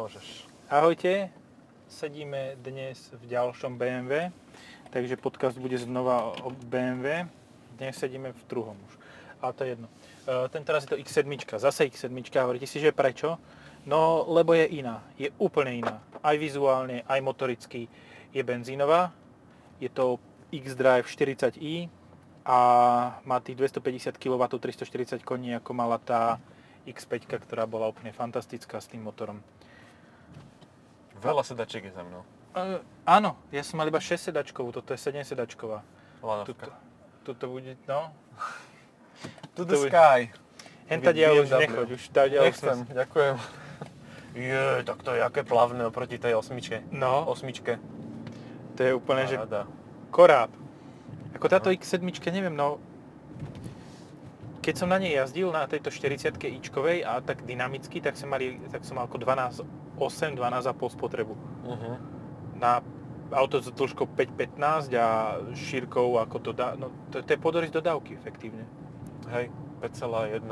Môžeš. Ahojte, sedíme dnes v ďalšom BMW, takže podcast bude znova o BMW. Dnes sedíme v druhom už, ale to je jedno. E, Ten teraz je to X7, zase X7, hovoríte si, že prečo? No, lebo je iná, je úplne iná. Aj vizuálne, aj motoricky. Je benzínová, je to X-Drive 40i a má tých 250 kW, 340 koní, ako mala tá X5, ktorá bola úplne fantastická s tým motorom. Veľa sedačiek je za mnou. E, áno, ja som mal iba 6 sedačkovú, toto je 7 sedačková. Tuto, Lanovka. tuto bude, no. To the sky. Henta dia už BMW. nechoď, už tá dia už Nechcem, ďakujem. Je, tak to je aké plavné oproti tej osmičke. No, Osmičke. to je úplne, že Paráda. koráb. Ako táto X7, neviem, no... Keď som na nej jazdil, na tejto 40 ičkovej a tak dynamicky, tak som, mali, tak som mal ako 12, 8, 12,5 spotrebu. Uh-huh. na auto s dĺžkou 5,15 a šírkou ako to dá, no to, to je podorysť dodávky efektívne. Hej, 5,1.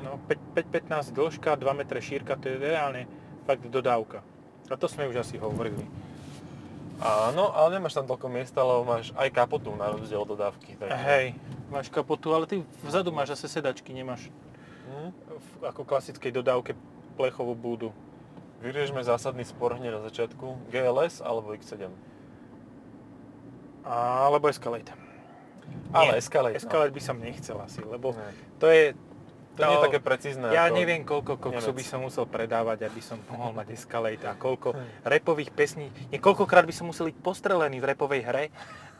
No 5- 5,15 dĺžka, 2 m šírka, to je reálne fakt dodávka. A to sme už asi hovorili. Áno, ale nemáš tam toľko miesta, lebo máš aj kapotu na rozdiel od dodávky. A hej, máš kapotu, ale ty vzadu máš zase sedačky, nemáš Hm? v, ako klasickej dodávke plechovú búdu. Vyriešme zásadný spor hneď na začiatku. GLS alebo X7? Alebo Escalade. Ale Escalade, no. Escalade by som nechcel asi, lebo Nie. to je... To nie je také precízne. Ja ako... neviem, koľko koksu by Nemec. som musel predávať, aby som mohol mať Escalade a koľko Hm. repových pesní, nie, koľkokrát by som musel byť postrelený v repovej hre,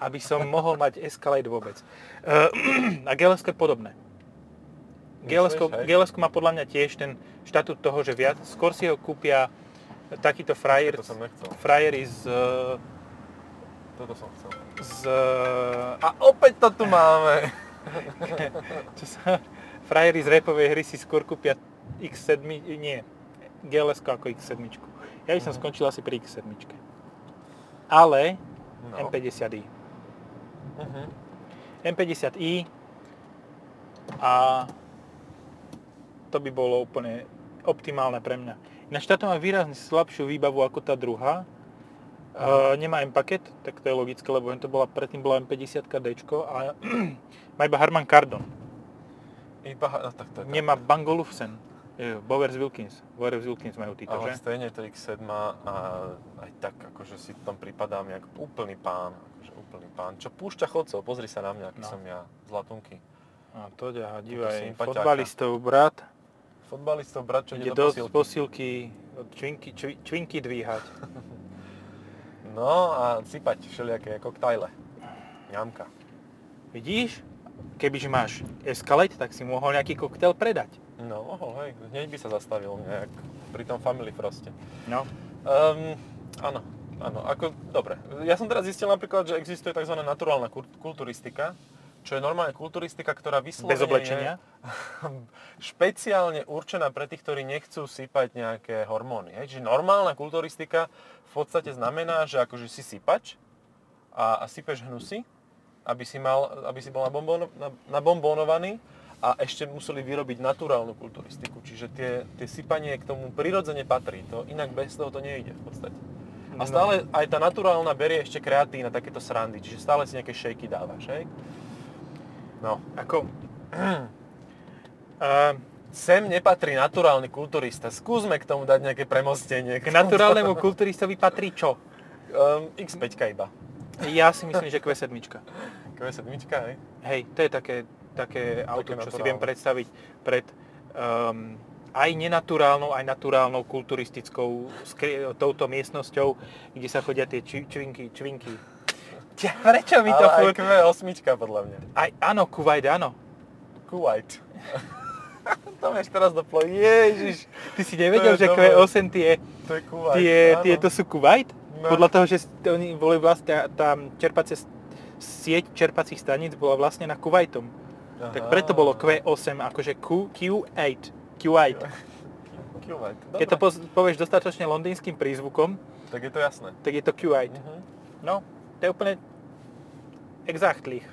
aby som mohol mať Escalade vôbec. Eh, a GLS je podobné. GLS, hej? GLS má podľa mňa tiež ten štatút toho, že viac, skôr si ho kúpia takýto frajer, Toto som nechcel. frajeri z, eh, Toto som chcel. z A opäť to tu máme. čo sa, frajeri z repovej hry si skôr kúpia X7, nie, gls ako X7. Ja by som Mhm. skončil asi pri X7. Ale No. M50i. Mhm. M50i a to by bolo úplne optimálne pre mňa. Ináč táto má výrazne slabšiu výbavu ako tá Mhm. druhá. E, nemá M-paket, tak to je logické, lebo to bola, predtým bola M50D a má iba Harman Kardon. Iba, no tak to je tak. Nemá Bangolufsen. Jo, Bowers Wilkins. Bowers Wilkins majú títo, Ale že? stejne to X7 a aj tak akože si tam pripadám jak úplný pán. Akože úplný pán. Čo púšťa chodcov, pozri sa na mňa, aký No. som ja. Zlatunky. A to ťa, divaj, sympaťáka. fotbalistov, brat. Fotbalistov brat, čo no. Ide ide do do posilky, posilky. posilky čvinky, čvi- čvinky dvíhať. No a sypať všelijaké koktajle. Ňamka. Vidíš? Kebyže máš Escalade, tak si mohol nejaký koktel predať. No, mohol, hej, hneď by sa zastavil nejak pri tom Family Froste. No. Um, áno, áno, ako, dobre. Ja som teraz zistil napríklad, že existuje tzv. naturálna kur- kulturistika, čo je normálne kulturistika, ktorá vyslovene Bez oblečenia. je špeciálne určená pre tých, ktorí nechcú sypať nejaké hormóny. Hej? Čiže normálna kulturistika v podstate znamená, že akože si sypač a, a sypeš hnusy, aby si, mal, aby si bol nabombon, na, nabombonovaný a ešte museli vyrobiť naturálnu kulturistiku. Čiže tie, tie sypanie k tomu prirodzene patrí. To inak bez toho to nejde v podstate. A No. stále aj tá naturálna berie ešte kreatín a takéto srandy, čiže stále si nejaké šejky dávaš, hej? No. Ako? A Sem nepatrí naturálny kulturista. Skúsme k tomu dať nejaké premostenie. k naturálnemu kulturistovi patrí čo? Um, X5 iba. Ja si myslím, že Q7. Q7, hej? Hej, to je také, také auto, čo si naturálne. viem predstaviť pred um, aj nenaturálnou, aj naturálnou kulturistickou skri- touto miestnosťou, kde sa chodia tie či- čvinky, čvinky. Ja, prečo mi to Ale aj furt... Q8 podľa mňa. Aj, áno, Kuwait, áno. Kuwait. to mi až teraz doplo. Ježiš. Ty si nevedel, To je že dobré. Q8 tie, To je Kuwait. tie, áno. tie to sú Kuwait? No. Podľa toho, že st- oni boli vlastne tam čerpacie s- sieť čerpacích staníc bola vlastne na Kuwaitom. Aha. Tak preto bolo Q8, akože Q, Q8. Kuwait. Kuwait. Keď to poz- povieš dostatočne londýnskym prízvukom, Tak je to jasné. tak je to Kuwait. Mhm. No, to je úplne exaktlich.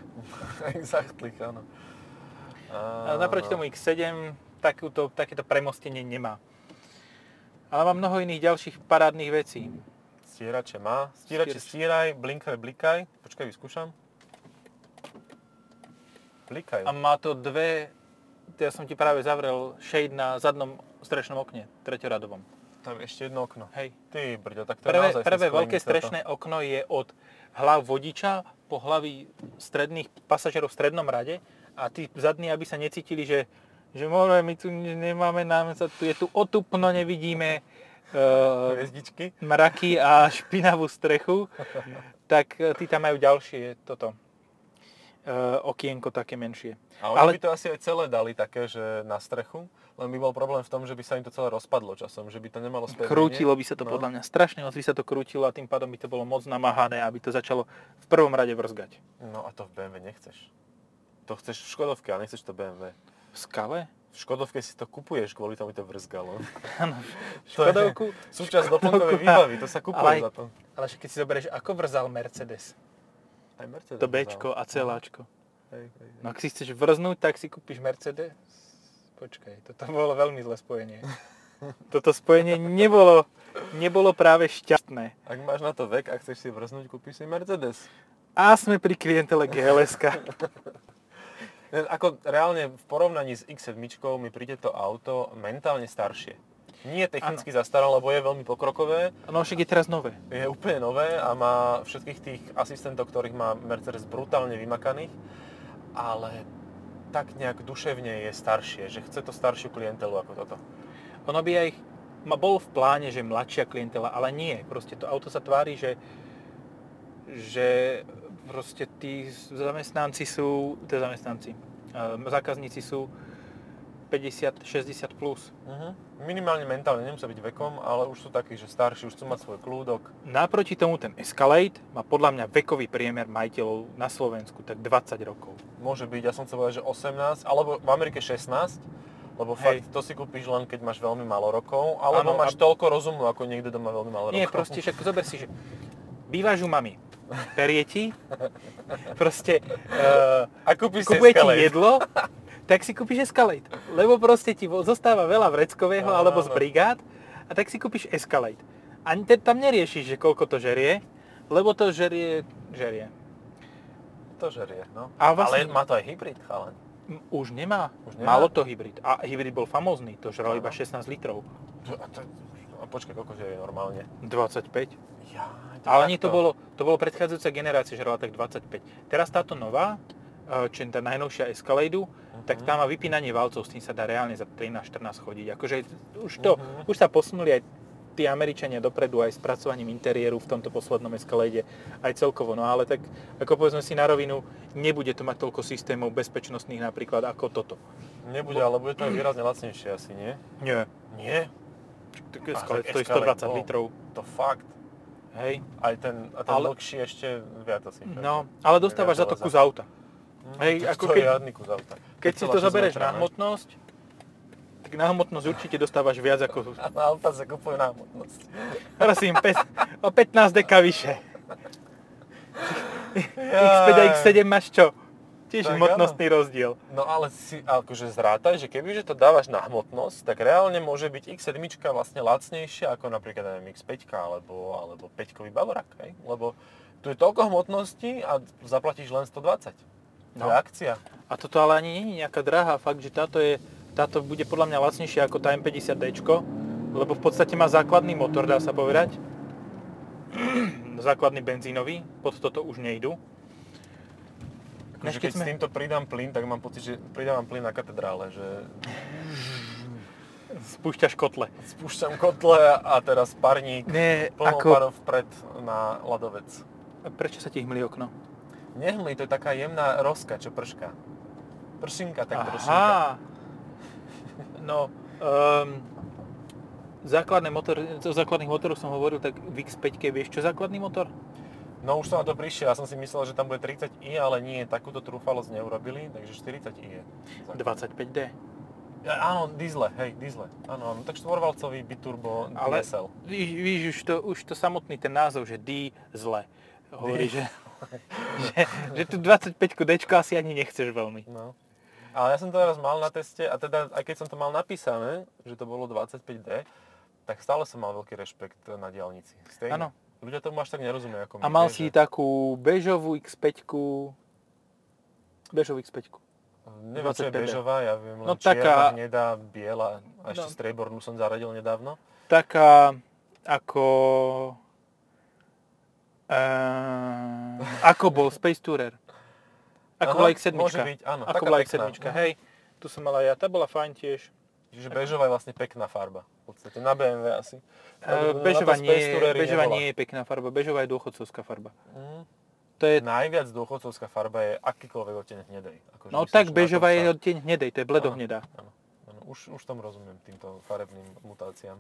Exactly, áno. no. A naproti tomu X7 takúto, takéto premostenie nemá. Ale má mnoho iných ďalších parádnych vecí. Stierače má. Stierače Stierač. stieraj, blinkaj, blikaj. Počkaj, vyskúšam. Blikaj. no. A má to dve, ja som ti práve zavrel shade na zadnom strešnom okne, treťoradovom. Tam je ešte jedno okno. Hej. Ty brďo, tak to je Prvé, naozaj prvé sklenica veľké to. strešné okno je od hlav vodiča po hlavy stredných pasažierov v strednom rade a tí zadní, aby sa necítili, že, že môže, my tu ne- nemáme, nám sa tu, je tu otupno, nevidíme e, Hviezdičky. mraky a špinavú strechu, tak e, tí tam majú ďalšie toto e, okienko také menšie. A oni Ale- Ale... by to asi aj celé dali také, že na strechu, len by bol problém v tom, že by sa im to celé rozpadlo časom, že by to nemalo spevnenie. Krútilo by sa to No. podľa mňa strašne moc by sa to krútilo a tým pádom by to bolo moc namáhané, aby to začalo v prvom rade vrzgať. No a to v BMW nechceš. To chceš v Škodovke, ale nechceš to BMW. V skale? V Škodovke si to kupuješ, kvôli tomu to vrzgalo. Áno. To je Škodovku? Súčasť doplnkovej Škodovku. výbavy, to sa Ale aj- kupuje za to. Ale však keď si zoberieš, ako vrzal Mercedes? Aj Mercedes To vrzal. Bčko a celáčko. Hej, hej, hej. No ak si chceš vrznúť, tak si kúpiš Mercedes. Počkaj, toto bolo veľmi zlé spojenie. Toto spojenie nebolo, nebolo práve šťastné. Ak máš na to vek a chceš si vrznúť, kúpiš si Mercedes. A sme pri klientele gls Ne, E, Ako reálne v porovnaní s X7 mi príde to auto mentálne staršie. Nie technicky zastaralo, lebo je veľmi pokrokové, No však je teraz nové. je úplne nové a má všetkých tých asistentov, ktorých má Mercedes brutálne vymakaných, ale tak nejak duševne je staršie, že chce to staršiu klientelu ako toto. Ono by aj ma bol v pláne, že mladšia klientela, ale nie. Proste to auto sa tvári, že, že proste tí zamestnanci sú, teda zamestnanci, ehm, zákazníci sú 50-60 plus. Mhm. Minimálne mentálne, nemusia byť vekom, ale už sú takí, že starší, už chcú mať svoj kľúdok. Naproti tomu ten Escalade má podľa mňa vekový priemer majiteľov na Slovensku, tak 20 rokov. Môže byť, ja som chcel povedať, že 18, alebo v Amerike 16, lebo Hej. fakt to si kúpiš len keď máš veľmi málo rokov, Áno, alebo máš a- toľko rozumu, ako niekto doma veľmi málo Nie, rokov. proste, však zober si, že bývaš u mami, perie ti, proste eh, A kúpiš si kupuje ti Escalade. jedlo, tak si kúpiš Escalade. Lebo proste ti vo- zostáva veľa vreckového Áno, alebo z áno. brigád a tak si kúpiš Escalade. A te, tam neriešiš, že koľko to žerie, lebo to žerie, žerie. To žerie, no. A vlastne- Ale má to aj hybrid, ale M- Už nemá. Už nemá? Malo to hybrid. A hybrid bol famózny, to žral Áno. iba 16 litrov. A, to, a počkaj, koľko žerie normálne? 25. Ja, Ale nie, to bolo, to bolo predchádzajúca generácia, žrala tak 25. Teraz táto nová, e, čiže tá najnovšia Escalade, Mhm. tak tá má vypínanie valcov, s tým sa dá reálne za 13-14 chodiť. Akože už, to, už Mhm. sa posunuli aj tí Američania dopredu aj s pracovaním interiéru v tomto poslednom Escalade, aj celkovo. No ale tak, ako povedzme si na rovinu, nebude to mať toľko systémov bezpečnostných napríklad ako toto. Nebude, ale bude to aj výrazne lacnejšie asi, nie? Nie. Nie, Escalade tak stojí Escalade, 120 no. litrov. to fakt. Hej. Aj ten, a ten Ale- dlhší ešte viac asi. No, ale dostávaš za to Viac kus auta. Hm, hej, tak ako to keď- je riadny kus auta. Keď si to 5,6 zoberieš metra, na no. hmotnosť, tak na hmotnosť určite dostávaš viac ako... Ale auta sa kupujú na hmotnosť. Prosím, pes, o 15 deka vyššie. X5 a X7 máš čo? Tiež Tak hmotnostný rozdiel. No ale si akože zrátaj, že kebyže to dávaš na hmotnosť, tak reálne môže byť X7 vlastne lacnejšia ako napríklad neviem, X5 alebo, alebo 5-kový Bavorak, hej? Lebo tu je toľko hmotnosti a zaplatíš len 120. To No. je akcia. A toto ale ani nie je nejaká drahá. Fakt, že táto, je, táto bude podľa mňa lacnejšia ako tá M50D, lebo v podstate má základný motor, dá sa povedať. základný benzínový, pod toto už nejdu. Než Akože keď keď sme- s týmto pridám plyn, tak mám pocit, že pridávam plyn na katedrále, že Spúšťaš kotle. spúšťam kotle a teraz parník Nie, plnou ako... parov vpred na ľadovec. Prečo sa ti hmlí okno? Nehmli, to je taká jemná roska, čo prška. Pršinka, tak pršinka. Aha. No, um, základné motor, o základných motoroch som hovoril, tak v X5 vieš čo základný motor? No už som na to prišiel, ja som si myslel, že tam bude 30i, ale nie, takúto trúfalosť neurobili, takže 40i je. 25D. Ja, áno, diesle, hej, diesle. Áno, áno, tak štvorvalcový biturbo Ale- ale... diesel. Víš, víš už, to, už to samotný ten názov, že D zle. Hovorí, že, že, že tu 25 D asi ani nechceš veľmi. No. Ale ja som to raz mal na teste a teda, aj keď som to mal napísané, že to bolo 25D, tak stále som mal veľký rešpekt na diálnici. Áno. Stejne. Ľudia tomu až tak nerozumejú ako my. A mal vieš, si že- takú bežovú X5. Bežovú X5. Neviem, čo je 25D. bežová, ja viem len No no, čierna, taká- hnedá, biela a ešte No. striebornú som zaradil nedávno. Taká ako... E, eh, ako bol Space Tourer. Ako Aha, bola X7. Môže byť, áno. Ako taká bola pekná. X7. Hej, tu som mala ja. Tá bola fajn tiež. Čiže bežová je vlastne pekná farba. V podstate na BMW asi. E, Na- na bežová to nie, Eh, no, Space je- Tourery bežová nebola. nie je pekná farba. Bežová je dôchodcovská farba. Mm. To je, Najviac dôchodcovská farba je akýkoľvek odteň hnedej. Akože no myslím, že tak na bežová tom je sa- odtieň hnedej, to je bledohnedá. Áno, áno, už, už tomu rozumiem, týmto farebným mutáciám.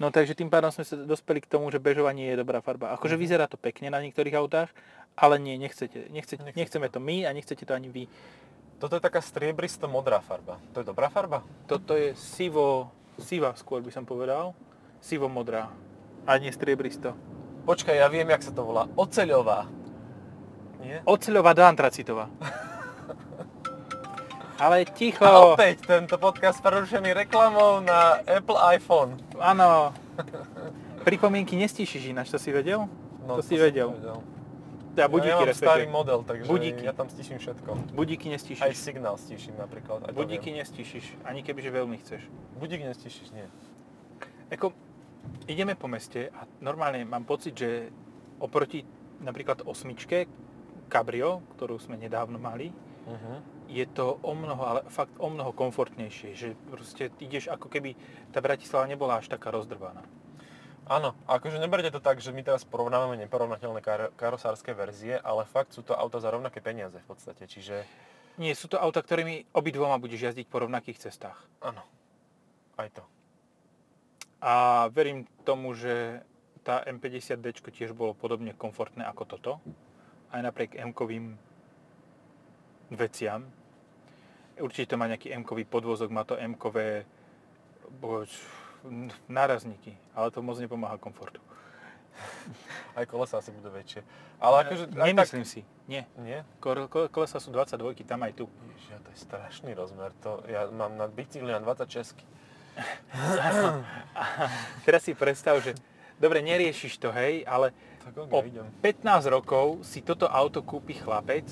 No takže tým pádom sme sa dospeli k tomu, že bežová nie je dobrá farba. Akože Mhm. vyzerá to pekne na niektorých autách, ale nie, nechcete, nechcete, Nechcete. nechceme to my a nechcete to ani vy. Toto je taká striebristo-modrá farba. To je dobrá farba? Toto je sivo, siva skôr by som povedal, sivo-modrá a nie striebristo. Počkaj, ja viem, jak sa to volá. Oceľová. Nie? Oceľová do antracitová. Ale ticho, A opäť tento podcast prerušený reklamou na Apple iPhone. áno. Pripomienky nestíšiš ináč, to si vedel? To si No, som vedel. Teda budíky ja mám starý respektíve. model, takže Budíky. ja tam stíšim všetko. Budíky Aj nestíšiš. signál stíšim napríklad. Aj to Budíky viem. nestíšiš, ani kebyže veľmi chceš. Budík nestíšiš, nie. Ako, ideme po meste a normálne mám pocit, že oproti napríklad osmičke, Cabrio, ktorú sme nedávno mali, Uh-huh. je to o mnoho, ale fakt o mnoho komfortnejšie, že proste ideš ako keby tá Bratislava nebola až taká rozdrbaná. Áno, akože neberte to tak, že my teraz porovnávame neporovnateľné kar- karosárske verzie, ale fakt sú to auta za rovnaké peniaze v podstate, čiže Nie, sú to auta, ktorými obidvoma budeš jazdiť po rovnakých cestách. áno, aj to. A verím tomu, že tá M50D tiež bolo podobne komfortné ako toto. Aj napriek M-kovým veciam. Určite to má nejaký M-kový podvozok, má to M-kové bož, n- nárazníky, ale to moc nepomáha komfortu. Aj kolesa asi budú väčšie. Ale akože... aj Nemyslím si. Nie. Tak, nie? Kor- ko- Kolesa sú 22, tam aj tu. Ježiš, to je strašný rozmer. To, ja mám na bicykli na 26. Teraz si predstav, že dobre, neriešiš to, hej, ale Tak ok, o idem. 15 rokov si toto auto kúpi chlapec,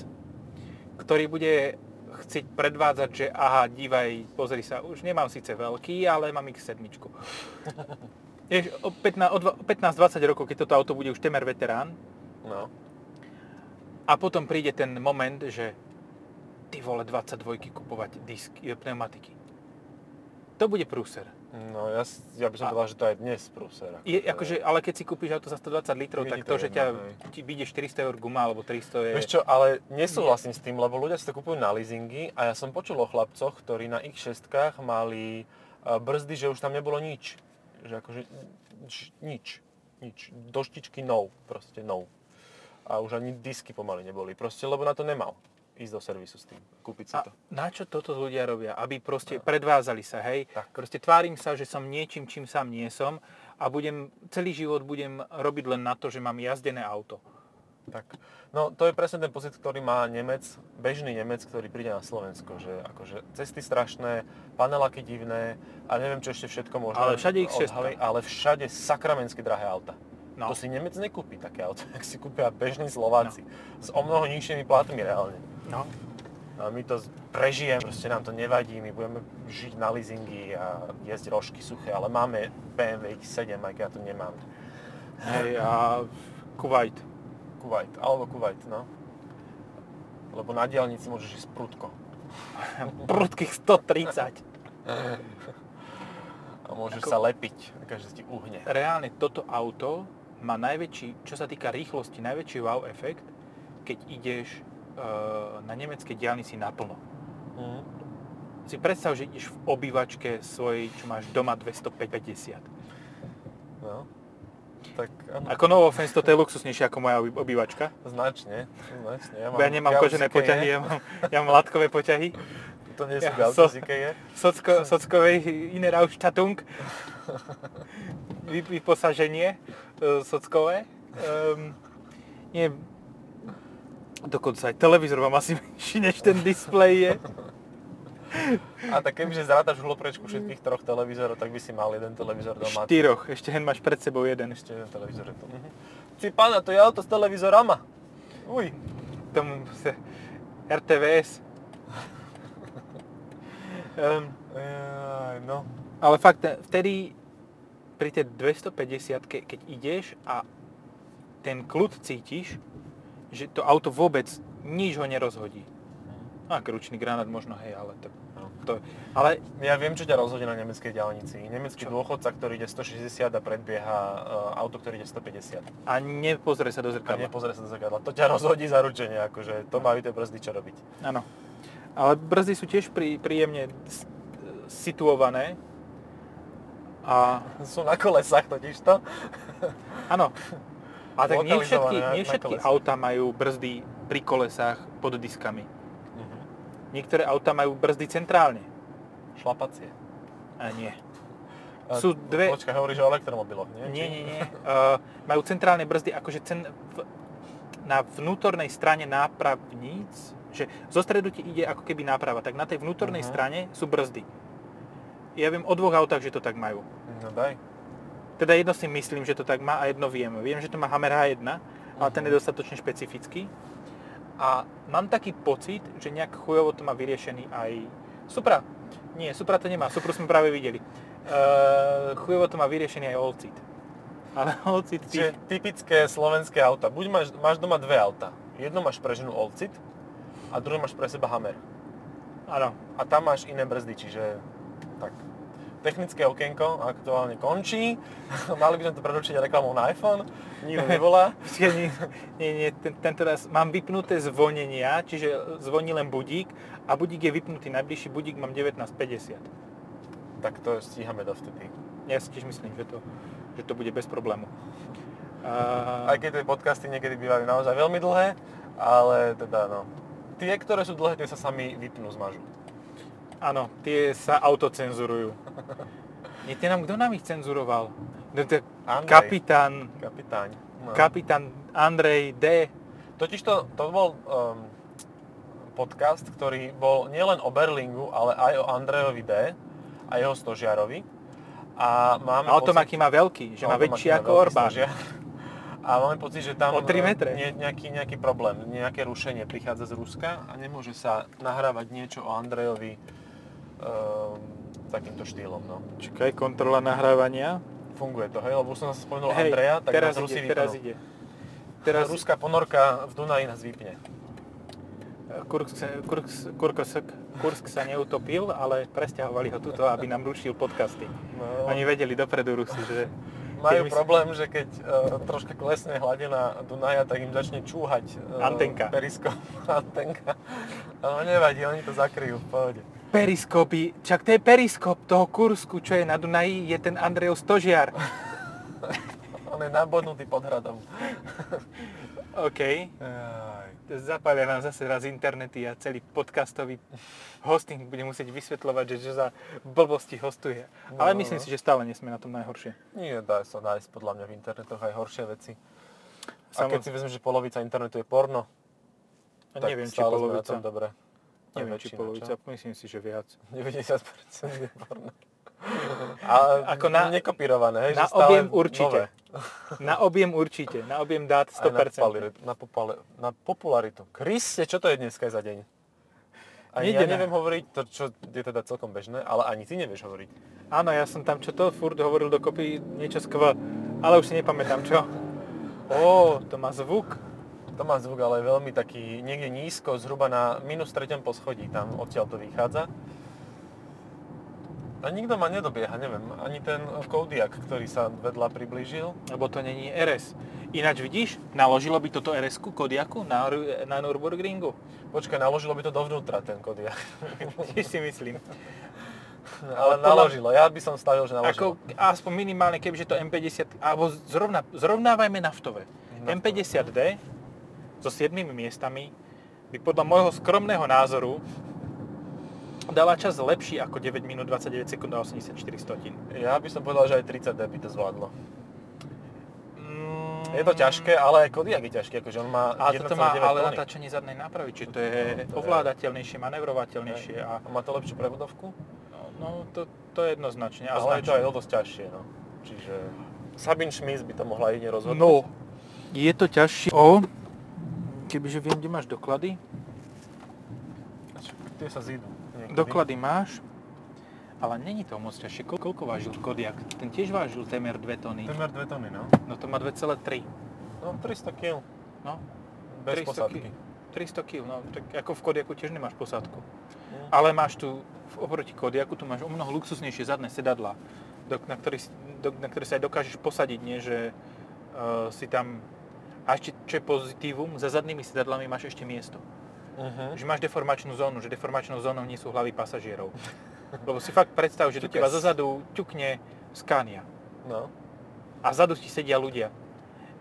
ktorý bude chcieť predvádzať, že aha, dívaj, pozri sa, už nemám síce veľký, ale mám X7. Vieš, o 15, o dva- o 15-20 rokov, keď toto auto bude už temer veterán, No. a potom príde ten moment, že ty vole 22 kupovať disk, e, pneumatiky. To bude prúser. No ja, s- ja by som A- povedal, že to aj dnes prúser. Je, akože, ale keď si kúpiš auto za 120 litrov, Je tak ti to, to že jedno, ťa hej. ti vyjde 400 eur guma alebo 300 je... Vieš čo, ale nesúhlasím s tým, lebo ľudia si to kupujú na leasingy a ja som počul o chlapcoch, ktorí na ich šestkách mali e, brzdy, že už tam nebolo nič. Že akože nič, nič, nič. Doštičky no, proste no. A už ani disky pomaly neboli, proste, lebo na to nemal ísť do servisu s tým, kúpiť si A to. No. na čo toto ľudia robia? Aby proste predvázali sa, hej? Tak. Proste tvárim sa, že som niečím, čím sám nie som a budem, celý život budem robiť len na to, že mám jazdené auto. Tak. No to je presne ten pocit, ktorý má Nemec, bežný Nemec, ktorý príde na Slovensko, že akože cesty strašné, paneláky divné a neviem čo ešte všetko možno. Ale všade ich šestka. odhalí, Ale všade sakramensky drahé auta. No. To si Nemec nekúpi také auto, ak si kúpia bežní Slováci. S o mnoho nižšími platmi reálne. No. A my to z- prežijeme, proste nám to nevadí, my budeme žiť na leasingy a jesť rožky suché, ale máme BMW X7, aj keď ja to nemám. Hej, a Kuwait. Kuwait, alebo Kuwait, no. Lebo na diálnici môžeš ísť prudko. Prudkých 130. A môžeš Ako- sa lepiť, každý ti uhne. Reálne toto auto má najväčší, čo sa týka rýchlosti, najväčší wow efekt, keď ideš e, na nemeckej diálnici naplno. Mhm. Mm. Si predstav, že ideš v obývačke svojej, čo máš doma 250. No. Tak áno, Ako no offense, toto je luxusnejšie ako moja oby- obývačka. značne, značne. Ja, Bo ja nemám kožené gauzike, poťahy, je. ja mám, ja mám látkové poťahy. To nie sú ja ja, som- je. Socko, sockovej iné Ausstattung. Vy, vyposaženie e, sockové. Um, nie, dokonca aj televízor mám asi menší, než ten displej je. A tak kebyže zrátaš hloprečku všetkých troch televízorov, tak by si mal jeden televízor doma. Štyroch, ešte hen máš pred sebou jeden. Ešte jeden televízor je tu. Ty pána, to je auto s televízorama. Uj. Tomu se RTVS. um, Jaj, no. ale fakt, vtedy pri tej 250 keď ideš a ten kľud cítiš, že to auto vôbec nič ho nerozhodí. A ručný granát možno, hej, ale to, Mhm. No. to Ale Ja viem, čo ťa rozhodí na nemeckej diaľnici. Nemecký Čo? dôchodca, ktorý ide 160 a predbieha e, auto, ktorý ide 150. a nepozrie sa do A zrkadla. nepozrie sa do zrkadla. To ťa rozhodí zaručenie, akože to majú tie brzdy čo robiť. Áno. Ale brzdy sú tiež prí, príjemne s- situované. A Sú na kolesách totiž to. áno. A tak nie všetky, Lokalizované nie na všetky kolesách. auta majú brzdy pri kolesách pod diskami. Mhm. Niektoré auta majú brzdy centrálne. Šlapacie. A nie. A Sú dve- Počkaj, hovoríš o elektromobiloch, nie? Nie, Či- nie, nie. Uh, majú centrálne brzdy akože cen, v, na vnútornej strane nápravníc, že zo stredu ti ide ako keby náprava, tak na tej vnútornej Mhm. strane sú brzdy. Ja viem o dvoch autách, že to tak majú. No daj. Teda jedno si myslím, že to tak má a jedno viem. Viem, že to má Hammer H1, ale ten je dostatočne špecifický. A mám taký pocit, že nejak chujovo to má vyriešený aj Supra. Nie, Supra to nemá, Supru sme práve videli. Uh, chujovo to má vyriešený aj Allseat. Ale Allseat tých... Čiže typické slovenské auta. Buď máš, máš doma dve auta. Jedno máš pre ženu Olcit a druhé máš pre seba Hammer. Áno. A tam máš iné brzdy, čiže tak. Technické okienko aktuálne končí. Mali by sme to preručiť reklamou na iPhone. Nikto nevolá. Počkaj, nie, nie, nie ten, tento raz mám vypnuté zvonenia, čiže e, zvoní len budík a budík je vypnutý, najbližší budík mám 19.50. Tak to stíhame dovtedy. Ja si tiež myslím, že to, že to bude bez problému. Uh, Aj keď tie podcasty niekedy bývajú naozaj veľmi dlhé, ale teda no. Tie, ktoré sú dlhé, tie sa sami vypnú, zmažú. Áno, tie sa autocenzurujú. Nie, tie nám, kto nám ich cenzuroval? No, to je Andrej. kapitán, Kapitáň. No. kapitán Andrej D. Totiž to, to bol um, podcast, ktorý bol nielen o Berlingu, ale aj o Andrejovi D. a jeho stožiarovi. A máme Ale to pocit- aký má veľký, že má Automat väčší No, má ako veľký Orbán. stožiar. A máme pocit, že tam O tri metre. Nie, nejaký, nejaký problém, nejaké rušenie prichádza z Ruska a nemôže sa nahrávať niečo o Andrejovi um, takýmto štýlom. No. Čakaj, kontrola nahrávania. Funguje to, hej? Lebo už som zase spomenul No, Andreja, tak teraz nás Rusi ide, teraz vypnú. ide. Teraz Ruská ponorka v Dunaji nás vypne. Kursk, Kursk, Kurkosek, Kursk sa neutopil, ale presťahovali ho tuto, aby nám rušil podcasty. No. Oni vedeli dopredu Rusi, že... Majú keď my si- problém, že keď e, troška klesne hladina Dunaja, tak im začne čúhať e, Antenka. periskop antenka. Ale nevadí, oni to zakryjú, v pohode. Periskopy, čak to je periskop toho Kursku, čo je na Dunaji, je ten Andrejov stožiar. On je nabodnutý pod hradom. OK, Jaj. zapália nám zase raz internety a celý podcastový hosting bude musieť vysvetľovať, že čo za blbosti hostuje. Ale No, myslím no. si, že stále nie sme na tom najhoršie. Nie, dá sa nájsť podľa mňa v internetoch aj horšie veci. A Samozrejme. keď si vezmem, že polovica internetu je porno, A tak neviem, či stále sme na polovica. tom dobre. Neviem, či Väčšina, polovica, myslím si, že viac. čo? 90% je porno. A Ako na- nekopírované, hej, na že stále objem určite. Nové. Na objem určite, na objem dát Aj Na, 100%. popularitu, na, popale, na popularitu. Kriste, čo to je dneska za deň? Ani Nejde ja na- neviem hovoriť to, čo je teda celkom bežné, ale ani ty nevieš hovoriť. Áno, ja som tam čo to furt hovoril dokopy niečo z K, ale už si nepamätám čo. Ó, to má zvuk. To má zvuk, ale veľmi taký niekde nízko, zhruba na minus treťom poschodí, tam odtiaľ to vychádza. A nikto ma nedobieha, neviem. Ani ten Kodiak, ktorý sa vedľa priblížil. Lebo to není RS. Ináč vidíš, naložilo by toto RS-ku Kodiaku na, Ru- na Nürburgringu. Počkaj, naložilo by to dovnútra ten Kodiak. Tiež si myslím. podľa- ale naložilo, ja by som stavil, že No, naložilo. Ako, aspoň minimálne, kebyže to M50, alebo zrovna, zrovnávajme naftové. Naftové. M50D so 7 miestami by podľa môjho skromného názoru dala čas lepší ako 9 minút 29 sekúnd a 84 stotín. Ja by som povedal, že aj 30D by to zvládlo. Mm, Je to ťažké, ale Kodiak je ťažký, akože on má A toto má 1,9 ale tony. natáčanie zadnej nápravy, čiže to je No, to je- ovládateľnejšie, manevrovateľnejšie a A má to lepšiu prevodovku, no, no to, to je jednoznačne. A ale je to značne. aj o dosť ťažšie, no. Čiže Sabine Schmitz by to mohla jedine rozhodnúť. No, je to ťažšie o, kebyže viem, kde máš doklady. Tie sa zídu. niekedy. Doklady máš, ale není to moc ťažšie. Ko- koľko vážil Kodiak? Ten tiež vážil témer 2 tony. Temer 2 tony, no. No to má 2,3. No 300 kg. No, Bez 300 posádky. kil. 300 kg, no tak ako v Kodiaku tiež nemáš posádku. Mm. Ale máš tu, v- oproti Kodiaku, tu máš o mnoho luxusnejšie zadné sedadla, do, na, ktorý, si- do, na ktoré sa aj dokážeš posadiť, nie že uh, si tam... A ešte, čo je pozitívum, za zadnými sedadlami máš ešte miesto. Mhm. Že máš deformačnú zónu, že deformačnou zónou nie sú hlavy pasažierov. Lebo si fakt predstav, že do teba Ťukas. zozadu ťukne Scania No. a vzadu ti sedia ľudia.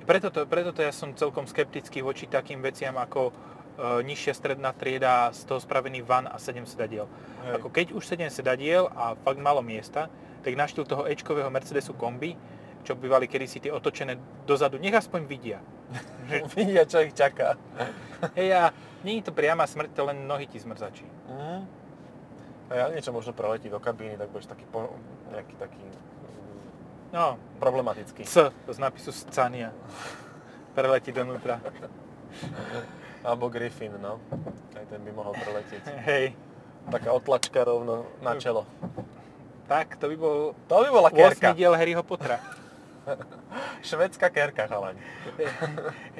Preto to, preto to ja som celkom skeptický voči takým veciam ako e, nižšia stredná trieda, z toho spravený van a 7 sedadiel. Hej. Ako keď už 7 sedadiel a fakt malo miesta, tak na štýl toho Ečkového Mercedesu kombi, čo bývali kedysi tie otočené dozadu, nech aspoň vidia. Vidia, čo ich čaká. Hej, a nie je to priama smrť, to len nohy ti zmrzačí. Mhm. A ja niečo možno preletí do kabíny, tak budeš taký po, nejaký taký mm, No, problematický. C z nápisu Scania. Preletí donútra. Alebo Griffin, no. Aj ten by mohol preletieť. Hej, Taká otlačka rovno na čelo. tak to by bol To by bola 8 kerka. diel Harryho Pottera. Švedská kerka, chalaň.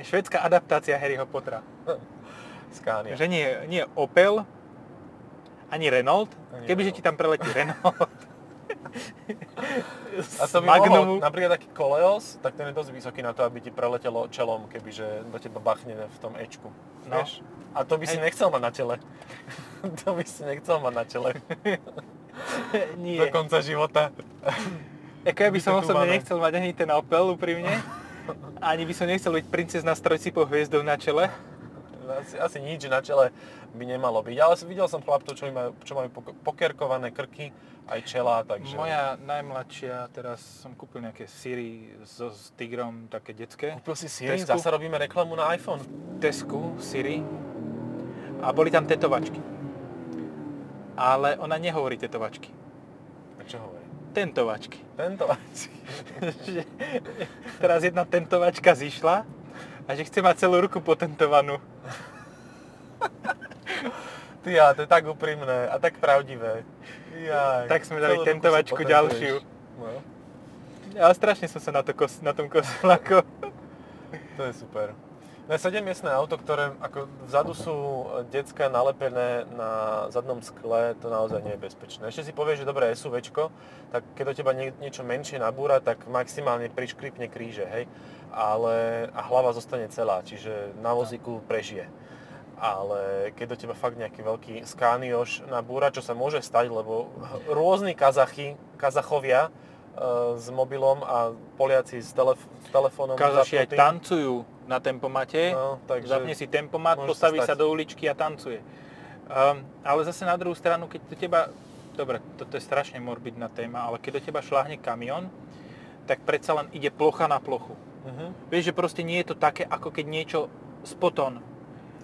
Švedská adaptácia Harryho Pottera. Scania. Že nie, nie Opel, ani Renault. Ani Kebyže Renault. ti tam preletí Renault. A to Z by mohol, Magnumu. napríklad taký koleos, tak ten je dosť vysoký na to, aby ti preletelo čelom, kebyže do teba bachne v tom Ečku. No. Vieš? A to by si Hej. nechcel mať na tele. to by si nechcel mať na tele. Do nie. konca života. Ako ja by som to tu máme. osobne nechcel mať ani ten Opel úprimne. Ani by som nechcel byť princezna s trojcipou hviezdou na čele. Asi, asi nič na čele by nemalo byť. Ale videl som chlapcov, čo, majú, čo majú pok- pokerkované krky, aj čela, takže... Moja najmladšia, teraz som kúpil nejaké Siri so, s tigrom, také detské. Kúpil si Siri, Tesku. zase robíme reklamu na iPhone. Tesku, Siri a boli tam tetovačky. Ale ona nehovorí tetovačky. A čo hovorí? Tentovačky. Tento Že teraz jedna tentovačka zišla a že chce mať celú ruku potentovanú. Ty, ale to je tak úprimné a tak pravdivé. Jaj, Tak sme dali celú ruku si tentovačku potentuješ. ďalšiu. No, Ale strašne som sa na, to kos, na tom kosil ako... to je super. No je 7 miestne auto, ktoré ako vzadu sú e, decka nalepené na zadnom skle, to naozaj nie je bezpečné. Ešte si povieš, že dobré SUVčko, tak keď do teba nie, niečo menšie nabúra, tak maximálne priškripne kríže, hej. Ale, a hlava zostane celá, čiže na vozíku prežije. ale keď do teba fakt nejaký veľký skánioš nabúra, čo sa môže stať, lebo rôzni Kazachy, Kazachovia e, s mobilom a Poliaci s, telef- s telefónom Kazaši aj zapnutým. tancujú na tempomate. No, takže Zapne si tempomat, môže sa postaví stať. sa do uličky a tancuje. Um, ale zase na druhú stranu, keď do teba... Dobre, toto je strašne morbidná téma, ale keď do teba šláhne kamión, tak predsa len ide plocha na plochu. Mhm, Vieš, že proste nie je to také, ako keď niečo spoton.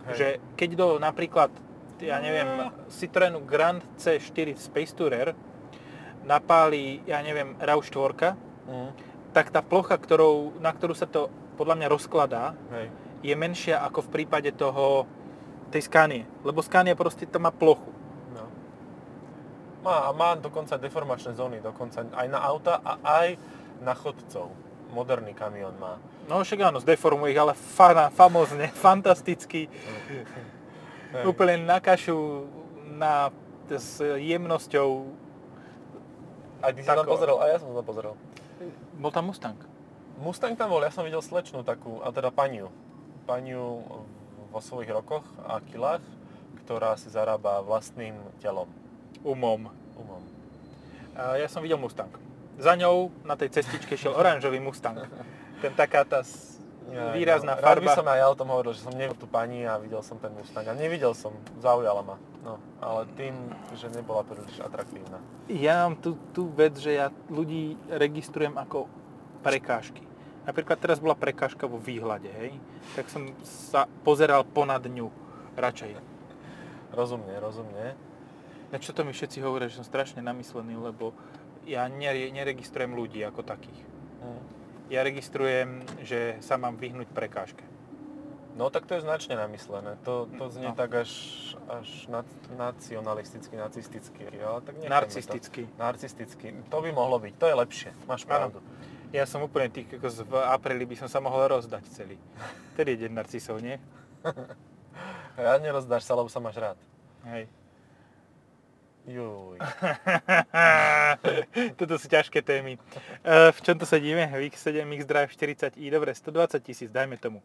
hej. Že keď do napríklad, ja neviem, Citroenu Grand C4 Space Tourer napáli, ja neviem, RAV4, Mhm, tak tá plocha, ktorou, na ktorú sa to podľa mňa rozkladá, hej. je menšia ako v prípade toho, tej Scanie. Lebo Scania proste to má plochu. No. Má, a má dokonca deformačné zóny, dokonca aj na auta a aj na chodcov. Moderný kamión má. No však áno, zdeformuje ich, ale fana, famozne, fantasticky, Hej. úplne na kašu, na, s jemnosťou. A ty si tam Tako. pozrel, a ja som sa tam pozrel. Bol tam Mustang. Mustang tam bol, ja som videl slečnú takú, a teda paniu. Paniu vo svojich rokoch a kilách, ktorá si zarába vlastným telom, Umom. umom. A ja som videl Mustang. Za ňou na tej cestičke šiel oranžový Mustang. Ten taká tá s- výrazná Rád by farba. som aj ja o tom hovoril, že som nevidel tú pani a videl som ten Mustang. A nevidel som, zaujala ma. No, ale tým, že nebola príliš atraktívna. Ja mám tú, tú vec, že ja ľudí registrujem ako prekážky. Napríklad teraz bola prekážka vo výhľade, hej, tak som sa pozeral ponad ňu radšej. Rozumne, rozumne. Na čo to mi všetci hovoria, že som strašne namyslený, lebo ja nere- neregistrujem ľudí ako takých. Mhm. Hm. Ja registrujem, že sa mám vyhnúť prekážke. No tak to je značne namyslené. To, to znie No. tak až, až na, nacionalisticky, nacisticky. Ale tak nechajme to. Narcisticky. Narcisticky. To by mohlo byť. To je lepšie. Máš Áno. pravdu. Ja som úplne tý, ako z- v apríli by som sa mohol rozdať celý. Tedy je deň narcisov, nie? Ja nerozdáš sa, lebo sa máš rád. Hej. Juj. Toto sú ťažké témy. E, v čom to sedíme? V X7, X Drive 40i, dobre, 120 tisíc, dajme tomu.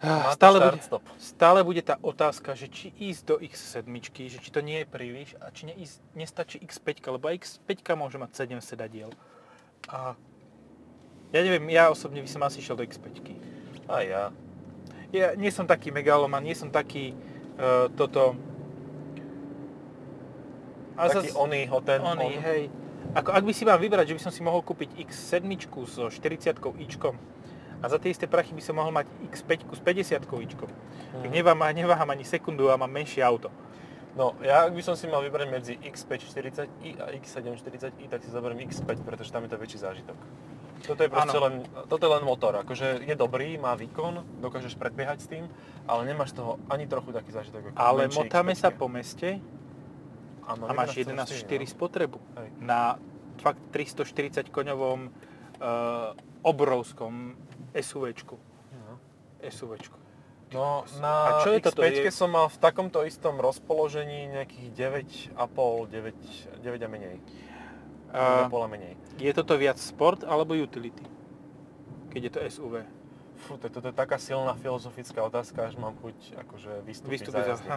Má to Stále start, bude, stop. stále bude tá otázka, že či ísť do X7, že či to nie je príliš a či neísť, nestačí X5, lebo aj X5 môže mať 7 sedadiel. A ja neviem, ja osobne by som asi šiel do X5. A ja. Ja nie som taký megaloman, nie som taký e, toto... A zas- Taký oný, hoten, Oni, on. hej. Ako, ak by si mám vybrať, že by som si mohol kúpiť X7 so 40 ičkom a za tie isté prachy by som mohol mať X5 s 50 ičkom, tak Mhm. neváham, neváham ani sekundu a mám menšie auto. No, ja ak by som si mal vybrať medzi X540i a X740i, tak si zoberiem X5, pretože tam je to väčší zážitok. Toto je proste Áno. len, toto je len motor, akože je dobrý, má výkon, dokážeš predbiehať s tým, ale nemáš z toho ani trochu taký zážitok. Ako Ale menšej motáme X5-ke. sa po meste Áno, a máš 11,4, 11,4 no. spotrebu Hej. na fakt 340 koňovom e, obrovskom SUVčku. No. SUVčku. No, kokos. na A čo je toto? X5 Je- som mal v takomto istom rozpoložení nejakých 9,5, 9, 9 a menej. E, 9,5 a menej. je toto viac sport alebo utility? Keď je to SUV. Fú, to, toto je taká silná filozofická otázka, až mám chuť akože vystúpiť, Vystúpi za... za jazdy.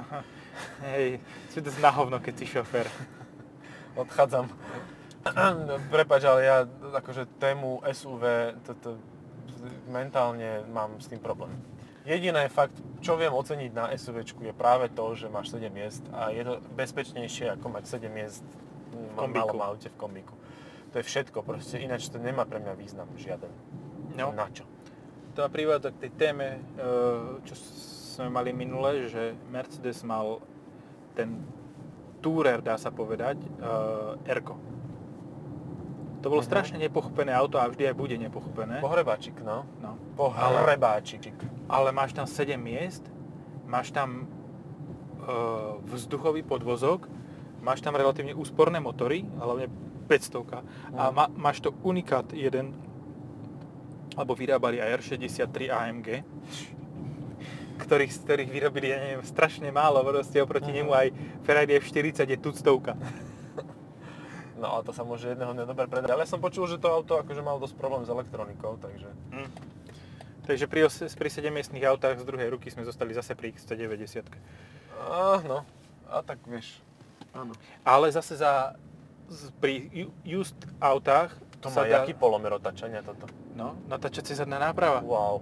Hej, si to na hovno, keď si šofér. Odchádzam. Prepač, ale ja akože tému SUV to, to, mentálne mám s tým problém. Jediné fakt, čo viem oceniť na SUVčku je práve to, že máš 7 miest a je to bezpečnejšie ako mať 7 miest v kombíku. malom aute v kombiku. To je všetko proste, ináč to nemá pre mňa význam žiaden. No, Na čo? to ma privádza k tej téme, e, čo sme mali minule, že Mercedes mal ten Tourer, dá sa povedať, e, Erko. To bolo Mhm. strašne nepochopené auto a vždy aj bude nepochopené. Pohrebáčik, no. No. Pohrebáčik. Ale máš tam 7 miest, máš tam e, vzduchový podvozok, máš tam relatívne úsporné motory, hlavne 500 a Mm. ma, máš to Unikat 1, alebo vyrábali aj R63 AMG, ktorých, z ktorých vyrobili, ja neviem, strašne málo, proste oproti Mhm. nemu aj Ferrari F40 je tuctovka. No ale to sa môže jedného dňa dobre predať. Ale ja som počul, že to auto akože malo dosť problém s elektronikou, takže... Mm. Takže pri, os- pri 7-miestných autách z druhej ruky sme zostali zase pri X190. Ah, no. A tak vieš. Áno. Ale zase za, z- pri ju- used autách To má dá- jaký polomer otačania toto? no, natáčacie zadná náprava. Wow.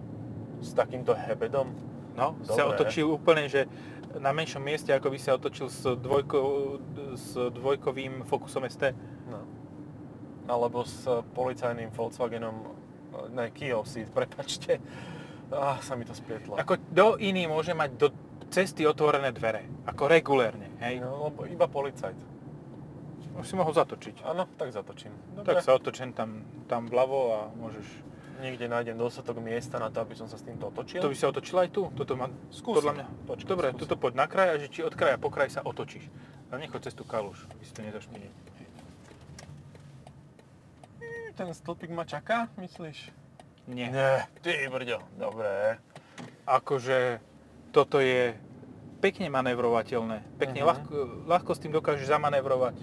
S takýmto hebedom? No, Dobre. sa otočil úplne, že na menšom mieste, ako by sa otočil s, dvojko, s dvojkovým Focusom ST. No. Alebo s policajným Volkswagenom, ne, Kia Ceed, prepačte. Ah, sa mi to splietlo. Ako do iný môže mať do cesty otvorené dvere, ako regulérne, hej? No, lebo iba policajt. Už si mohol zatočiť. Áno, tak zatočím. Tak sa otočen tam, tam vľavo a môžeš... Niekde nájdem dostatok miesta na to, aby som sa s týmto otočil. To by sa otočila aj tu? Toto má... Skúsim. Podľa mňa. Počkaj, Dobre, skúsim. toto poď na kraj a že či od kraja po kraj sa otočíš. A nechoď cez tú kaluž, aby si to nezašpinil. Ten stĺpik ma čaká, myslíš? Nie. Nie, ty brďo. Dobre. akože toto je pekne manévrovateľné. Pekne Mhm. ľahko, ľahko s tým dokážeš zamanévrovať.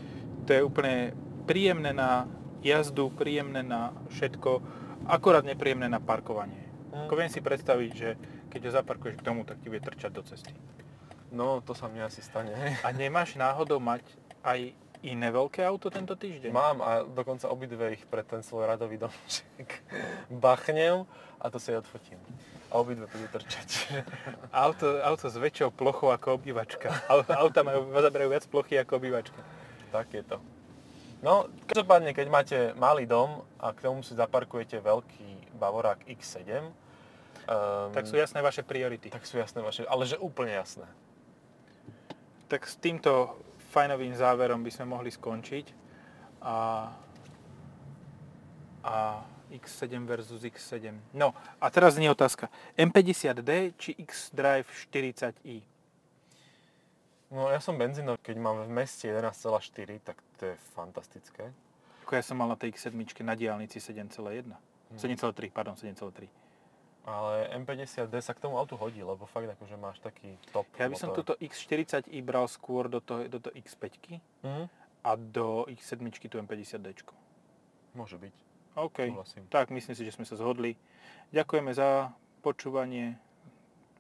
To je úplne príjemné na jazdu, príjemné na všetko, akorát nepríjemné na parkovanie. Mm. Ako viem si predstaviť, že keď ho zaparkuješ k tomu, tak ti bude trčať do cesty. No, to sa mne asi stane. hej. A nemáš náhodou mať aj iné veľké auto tento týždeň? Mám a dokonca obidve ich pre ten svoj radový domček bachnem a to si aj odfotím. A obidve budú trčať. Auto, auto s väčšou plochou ako obývačka. Au- Auta majú, zaberajú viac plochy ako obývačka. tak je to. No, každopádne, keď máte malý dom a k tomu si zaparkujete veľký Bavorák X7, um, Tak sú jasné vaše priority. tak sú jasné vaše, ale že úplne jasné. Tak s týmto fajnovým záverom by sme mohli skončiť. A, a X7 versus X7. No, a teraz nie otázka. M50D či X-Drive 40i? No ja som benzínov, keď mám v meste 11,4, tak to je fantastické. Ako ja som mal na tej X7 na diálnici 7,1. 7,3, pardon, 7,3. Ale M50D sa k tomu autu hodí, lebo fakt akože máš taký top Ja by som motor. túto X40i bral skôr do toho, do toho X5 Mhm, a do X7 tu M50D. môže byť, OK. súhlasím. Tak, myslím si, že sme sa zhodli. Ďakujeme za počúvanie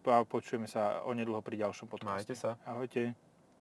a počujeme sa onedlho pri ďalšom podcaste. Majte sa. Ahojte.